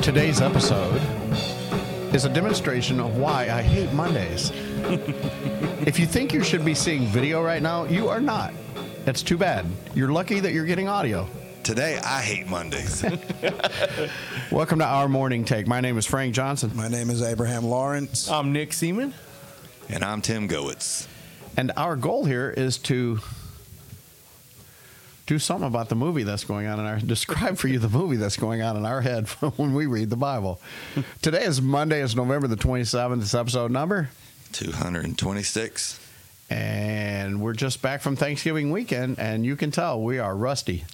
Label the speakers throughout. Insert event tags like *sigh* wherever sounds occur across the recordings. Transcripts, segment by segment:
Speaker 1: Today's episode is a demonstration of why I hate Mondays. if you think you should be seeing video right now, you are not. That's too bad. You're lucky that you're getting audio.
Speaker 2: Today, I hate Mondays. *laughs*
Speaker 1: Welcome to our morning take. My name is Frank Johnson,
Speaker 3: My name is Abraham Lawrence.
Speaker 1: Uh,
Speaker 4: I'm Nick Seaman.
Speaker 2: and I'm Tim Goetz.
Speaker 1: and our goal here is to do something about the movie that's going on in our describe for you the movie that's going on in our head *laughs* when we read the Bible. Today is Monday, it's November the 27th, it's episode number
Speaker 2: 226.
Speaker 1: and we're just back from Thanksgiving weekend, and you can tell we are rusty.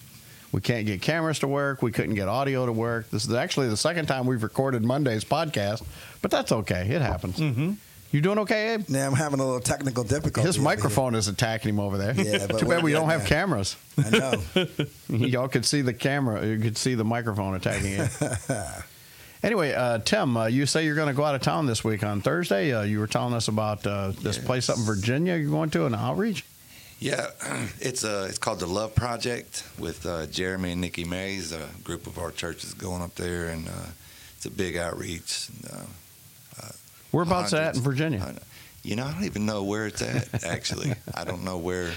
Speaker 1: We can't get cameras to work. We couldn't get audio to work. This is actually the second time we've recorded Monday's podcast, but that's okay. It happens. Mm-hmm. You doing okay, Abe?
Speaker 3: Now I'm having a little technical difficulty.
Speaker 1: His
Speaker 3: over
Speaker 1: microphone is attacking him over there.
Speaker 3: Yeah,
Speaker 1: *laughs*
Speaker 3: but
Speaker 1: Too bad
Speaker 3: we're
Speaker 1: we don't
Speaker 3: good
Speaker 1: have
Speaker 3: now. *laughs*
Speaker 1: cameras.
Speaker 3: here. I know.
Speaker 1: Y'all could see the camera. You could see the microphone attacking
Speaker 3: *laughs*
Speaker 1: you. *laughs* anyway, uh, Tim, uh, you say you're going to go out of town this week on Thursday. Uh, you were telling us about uh, this place up in Virginia you're going to, an outreach.
Speaker 2: Yeah, *clears throat* it's uh, it's called the Love Project with uh, Jeremy and Nikki Mays. A group of our churches going up there, and uh, it's a big outreach. And, uh,
Speaker 1: Whereabouts at
Speaker 2: hundreds-
Speaker 1: in Virginia?
Speaker 2: hun- You know, I don't even know where
Speaker 1: *laughs*
Speaker 2: it's at. Actually, I don't know where.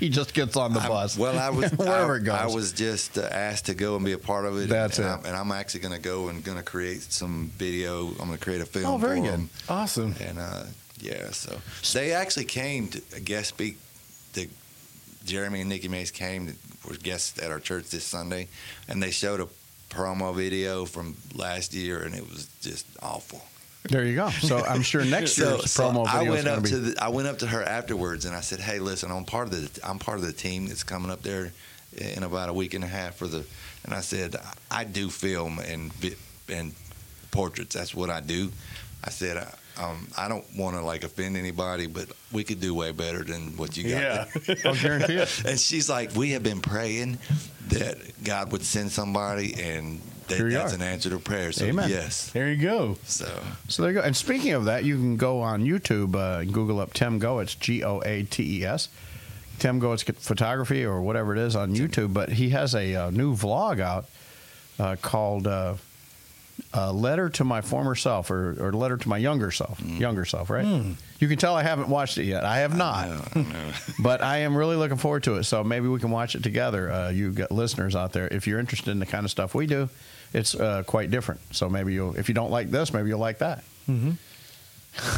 Speaker 1: he just gets on the
Speaker 2: I-
Speaker 1: bus.
Speaker 2: Well, I was
Speaker 1: *laughs* wherever
Speaker 2: I,
Speaker 1: it goes.
Speaker 2: I was just uh, asked to go and be a part of it.
Speaker 1: That's
Speaker 2: and
Speaker 1: it.
Speaker 2: I'm, and I'm actually going to go and going to create some video. I'm going to create a film.
Speaker 1: Oh, very
Speaker 2: for
Speaker 1: good.
Speaker 2: 'em.
Speaker 4: Awesome.
Speaker 2: And uh, yeah, so they actually came to a guest speak. The Jeremy and Nikki Mays came to, were guests at our church this Sunday, and they showed a promo video from last year, and it was just awful.
Speaker 1: there you go. So I'm
Speaker 2: *laughs*
Speaker 1: sure next
Speaker 2: So,
Speaker 1: year's
Speaker 2: so
Speaker 1: promo
Speaker 2: I
Speaker 1: video is
Speaker 2: went
Speaker 1: going
Speaker 2: up
Speaker 1: to be.
Speaker 2: to the, I went up to her afterwards, and I said, "Hey, listen, I'm part of the I'm part of the team that's coming up there in about a week and a half for the." And I said, "I do film and vi- and portraits. That's what I do." I said, I, um, "I don't want to like offend anybody, but we could do way better than what you got."
Speaker 4: Yeah. *laughs*
Speaker 1: *laughs* I'll guarantee it.
Speaker 2: *laughs* And she's like, "We have been praying that God would send somebody, and that,
Speaker 1: Here you
Speaker 2: that's
Speaker 1: are.
Speaker 2: an answer to prayer." So
Speaker 1: Amen.
Speaker 2: yes,
Speaker 4: There you go.
Speaker 2: so
Speaker 1: So there you go. And speaking of that, you can go on YouTube uh, and Google up Tim Goetz, G O A T E S, Tim Goetz Photography or whatever it is on YouTube. But he has a uh, new vlog out uh, called uh, uh, Letter to My Former Self or, or Letter to My Younger Self. Younger Self, right? You can tell I haven't watched it yet. I have not.
Speaker 2: Mm. Hmm. I don't know. *laughs*
Speaker 1: but I am really looking forward to it. So maybe we can watch it together. Uh, you got listeners out there, if you're interested in the kind of stuff we do, it's uh, quite different. So maybe you'll, if you don't like this, maybe you'll like that.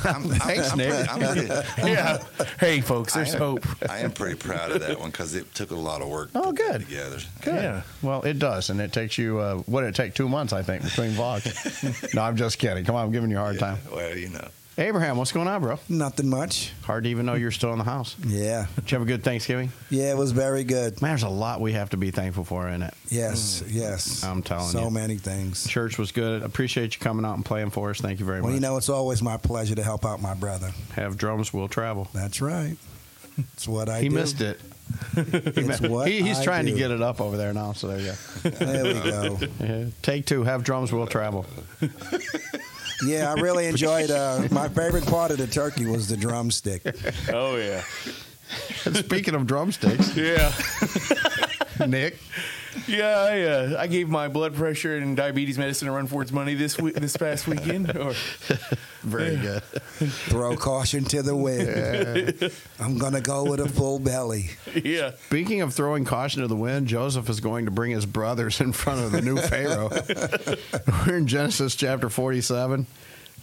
Speaker 2: I'm, I'm,
Speaker 1: Thanks,
Speaker 2: I'm
Speaker 1: Nick.
Speaker 2: pretty- I'm pretty-
Speaker 4: *laughs* Yeah. hey, folks, there's
Speaker 2: I am,
Speaker 4: hope.
Speaker 2: I am pretty proud of that one because it took a lot of work. to
Speaker 1: Oh,
Speaker 2: put that
Speaker 1: good.
Speaker 2: Together.
Speaker 1: *laughs* Good.
Speaker 4: Yeah.
Speaker 1: Well, it does, and it takes you. Uh, what did it take? Two months, I think, between
Speaker 4: *laughs*
Speaker 1: vlogs. no, I'm just kidding. Come on, I'm giving you a hard time.
Speaker 2: Well, you know.
Speaker 1: Abraham, what's going on, bro?
Speaker 3: Nothing much.
Speaker 1: Hard to even know you're still in the house. Did
Speaker 3: Yeah.
Speaker 1: you have a good Thanksgiving?
Speaker 3: Yeah, it was very good.
Speaker 1: Man, there's a lot we have to be thankful for in it.
Speaker 3: Yes, yes.
Speaker 1: Mm. I'm telling
Speaker 3: so
Speaker 1: you.
Speaker 3: many things.
Speaker 1: Church was good. Appreciate you coming out and playing for us. Thank you very
Speaker 3: Well,
Speaker 1: much.
Speaker 3: you know, it's always my pleasure to help out my brother.
Speaker 1: have drums, we'll travel.
Speaker 3: That's right. It's what I
Speaker 1: he
Speaker 3: do.
Speaker 1: missed it.
Speaker 3: It's what
Speaker 1: He, he's
Speaker 3: I
Speaker 1: trying
Speaker 3: do.
Speaker 1: to get it up over there now. So there
Speaker 3: *laughs*
Speaker 1: you
Speaker 3: There we go.
Speaker 1: go. Yeah. Take two. Have drums. We'll travel.
Speaker 3: Yeah, I really
Speaker 1: *laughs*
Speaker 3: enjoyed. Uh, my favorite part of the turkey was the drumstick.
Speaker 4: Oh, yeah.
Speaker 1: And speaking of
Speaker 3: *laughs*
Speaker 1: drumsticks,
Speaker 4: Yeah.
Speaker 1: Nick,
Speaker 4: Yeah. I, uh, I gave my blood pressure and diabetes medicine a run for its money this week, this past *laughs* weekend. Or,
Speaker 1: very good.
Speaker 3: Throw caution to the wind. I'm gonna go with a full belly.
Speaker 4: yeah.
Speaker 1: Speaking of throwing caution to the wind, Joseph is going to bring his brothers in front of the new
Speaker 3: *laughs*
Speaker 1: Pharaoh. We're in Genesis chapter 47.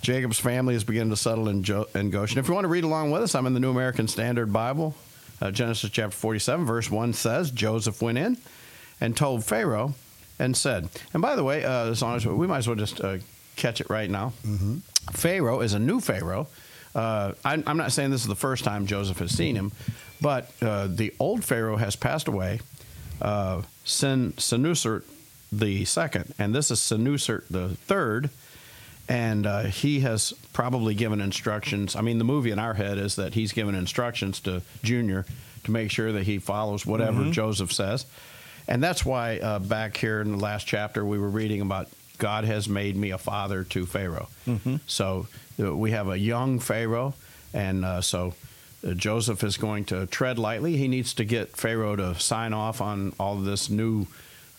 Speaker 1: Jacob's family is beginning to settle in, jo- in Goshen. If you want to read along with us, I'm in the New American Standard Bible. Uh, Genesis chapter 47, verse 1 says Joseph went in and told Pharaoh and said, and by the way, uh, as long as we might as well just uh, catch it right now. Pharaoh is a new Pharaoh. Uh, I'm, I'm not saying this is the first time Joseph has seen him, but uh, the old Pharaoh has passed away. Uh, Sen- Senusert the second, and this is Senusert the third, and uh, he has probably given instructions. I mean, the movie in our head is that he's given instructions to Junior to make sure that he follows whatever Joseph says. And that's why uh, back here in the last chapter, we were reading about God has made me a father to Pharaoh. So uh, we have a young Pharaoh, and uh, so uh, Joseph is going to tread lightly. He needs to get Pharaoh to sign off on all this new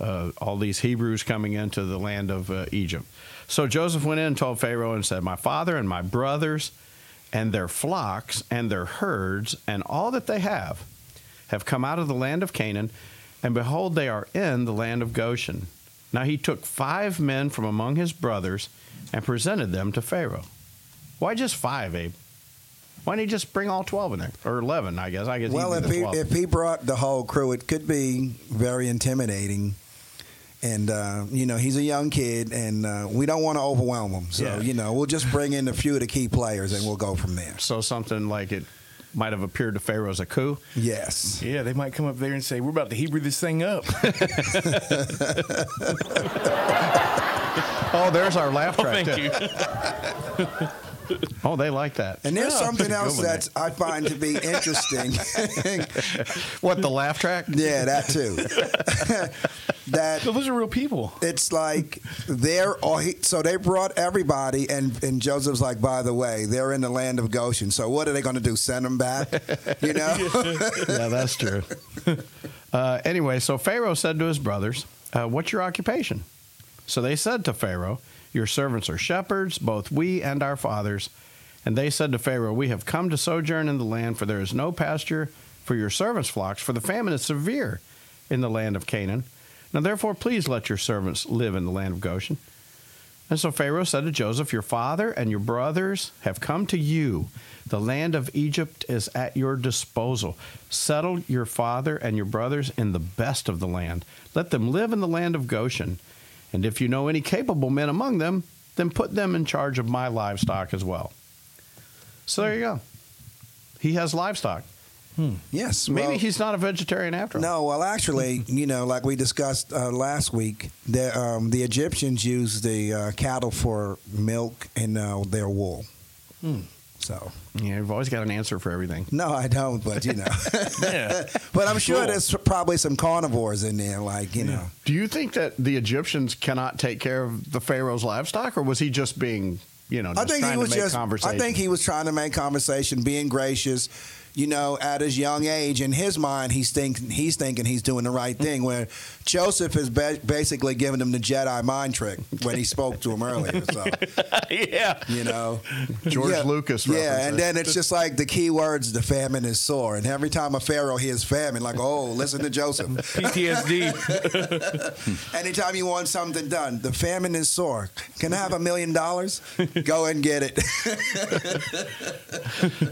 Speaker 1: uh, all these Hebrews coming into the land of uh, Egypt. So Joseph went in and told Pharaoh and said, My father and my brothers and their flocks and their herds and all that they have have come out of the land of Canaan, and behold, they are in the land of Goshen. Now he took five men from among his brothers and presented them to Pharaoh. Why just five, Abe? Why didn't he just bring all 12 in there? Or 11, I guess. I guess
Speaker 3: Well,
Speaker 1: even
Speaker 3: if
Speaker 1: the
Speaker 3: he
Speaker 1: 12.
Speaker 3: if he brought the whole crew, it could be very intimidating. And uh, you know he's a young kid, and uh, we don't want to overwhelm him. So
Speaker 1: Yeah.
Speaker 3: you know we'll just bring in a few of the key players, and we'll go from there.
Speaker 1: so something like it might have appeared to Pharaoh as a coup.
Speaker 3: Yes.
Speaker 4: Yeah, they might come up there and say, "We're about to Hebrew this thing *laughs* up."
Speaker 1: *laughs* Oh, there's our laugh track.
Speaker 4: Thank
Speaker 1: too.
Speaker 4: you.
Speaker 1: Oh, they like that.
Speaker 3: And there's
Speaker 1: Yeah, *laughs*
Speaker 3: something
Speaker 1: good
Speaker 3: else
Speaker 1: one
Speaker 3: that I find to be interesting. *laughs*
Speaker 1: there. What, the laugh track?
Speaker 3: yeah, that too. *laughs* that
Speaker 4: So *laughs* those are real people.
Speaker 3: it's like they're all he, so they brought everybody and and Joseph's like by the way they're in the land of Goshen so what are they going to do send them back you know
Speaker 1: *laughs* *laughs* yeah, that's true. *laughs* Uh, anyway, so Pharaoh said to his brothers, uh, What's your occupation? So they said to Pharaoh, Your servants are shepherds, both we and our fathers. And they said to Pharaoh, We have come to sojourn in the land, for there is no pasture for your servants' flocks, for the famine is severe in the land of Canaan. Now therefore, please let your servants live in the land of Goshen. And so Pharaoh said to Joseph, Your father and your brothers have come to you. The land of Egypt is at your disposal. Settle your father and your brothers in the best of the land. Let them live in the land of Goshen. And if you know any capable men among them, then put them in charge of my livestock as well. So there you go. He has livestock.
Speaker 3: yes
Speaker 1: Maybe
Speaker 3: well-
Speaker 1: he's not a vegetarian after all.
Speaker 3: No, well, actually, you know, like we discussed uh, last week, the um, the Egyptians used the uh, cattle for milk and uh, their wool. So
Speaker 1: Yeah, we've always got an answer for everything.
Speaker 3: no, I don't, but you know,
Speaker 4: Yeah.
Speaker 3: *laughs* but I'm sure
Speaker 4: Sure.
Speaker 3: there's probably some carnivores in there, like you know.
Speaker 1: Do you think that the Egyptians cannot take care of the Pharaoh's livestock, or was he just being, you know, just
Speaker 3: I think
Speaker 1: trying
Speaker 3: he was
Speaker 1: to make
Speaker 3: just. I
Speaker 1: conversation?
Speaker 3: think he was trying to make conversation, being gracious. You know, at his young age, in his mind, he's thinking he's thinking he's doing the right thing. Where Joseph is ba- basically giving him the Jedi mind trick when he spoke to him earlier. So.
Speaker 4: yeah.
Speaker 3: you know
Speaker 1: George
Speaker 3: Yeah.
Speaker 1: Lucas
Speaker 3: yeah
Speaker 1: references.
Speaker 3: and then it's just like the key words the famine is sore and every time a pharaoh hears famine like oh listen to joseph
Speaker 4: PTSD.
Speaker 3: anytime you want something done the famine is sore can i have a million dollars go and get it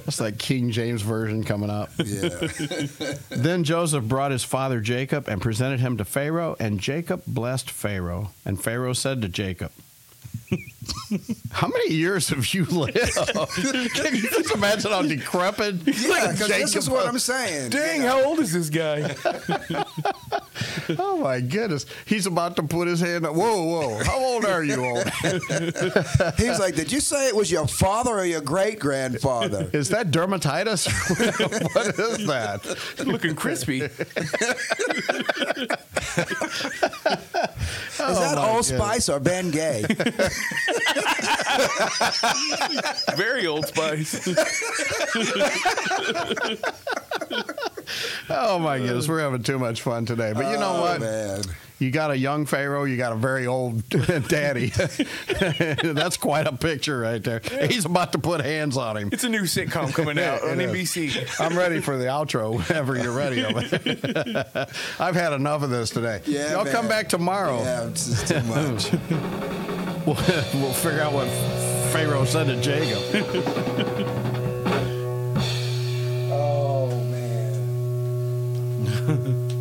Speaker 1: It's like King James version coming
Speaker 3: *laughs*
Speaker 1: up.
Speaker 3: yeah
Speaker 1: then Joseph brought his father Jacob and presented him to Pharaoh, and Jacob blessed Pharaoh. And Pharaoh said to
Speaker 3: *laughs*
Speaker 1: Jacob, How many years have you
Speaker 3: *laughs*
Speaker 1: lived? Can you just imagine how decrepit?
Speaker 3: yeah 'cause this is
Speaker 1: uh,
Speaker 3: what i'm saying
Speaker 4: Dang, how old is this guy?
Speaker 1: Oh my goodness. He's about to put his hand up. Whoa, whoa. How old are you, old?
Speaker 3: he's like did you say it was your father or your great
Speaker 1: *laughs*
Speaker 3: grandfather
Speaker 1: Is that dermatitis? *laughs* what is that?
Speaker 4: Looking crispy.
Speaker 3: is that
Speaker 1: Oh, my
Speaker 3: old
Speaker 1: goodness.
Speaker 3: spice or ben gay
Speaker 4: Very old *laughs* spice.
Speaker 1: Oh my goodness, we're having too much fun today. *laughs* But you know
Speaker 3: Oh,
Speaker 1: what?
Speaker 3: man.
Speaker 1: You got a young pharaoh, you got a very old *laughs* daddy. That's quite a picture right there. He's about to put hands on him.
Speaker 4: It's a new sitcom coming out on
Speaker 1: It
Speaker 4: NBC.
Speaker 1: I'm ready for the outro whenever you're ready. *laughs* I've had enough of this today.
Speaker 3: Yeah,
Speaker 1: Y'all come
Speaker 3: man.
Speaker 1: back tomorrow.
Speaker 3: yeah it's just too
Speaker 1: *laughs*
Speaker 3: much
Speaker 1: We'll, *laughs* we'll figure out what Pharaoh said to Jacob.
Speaker 3: oh man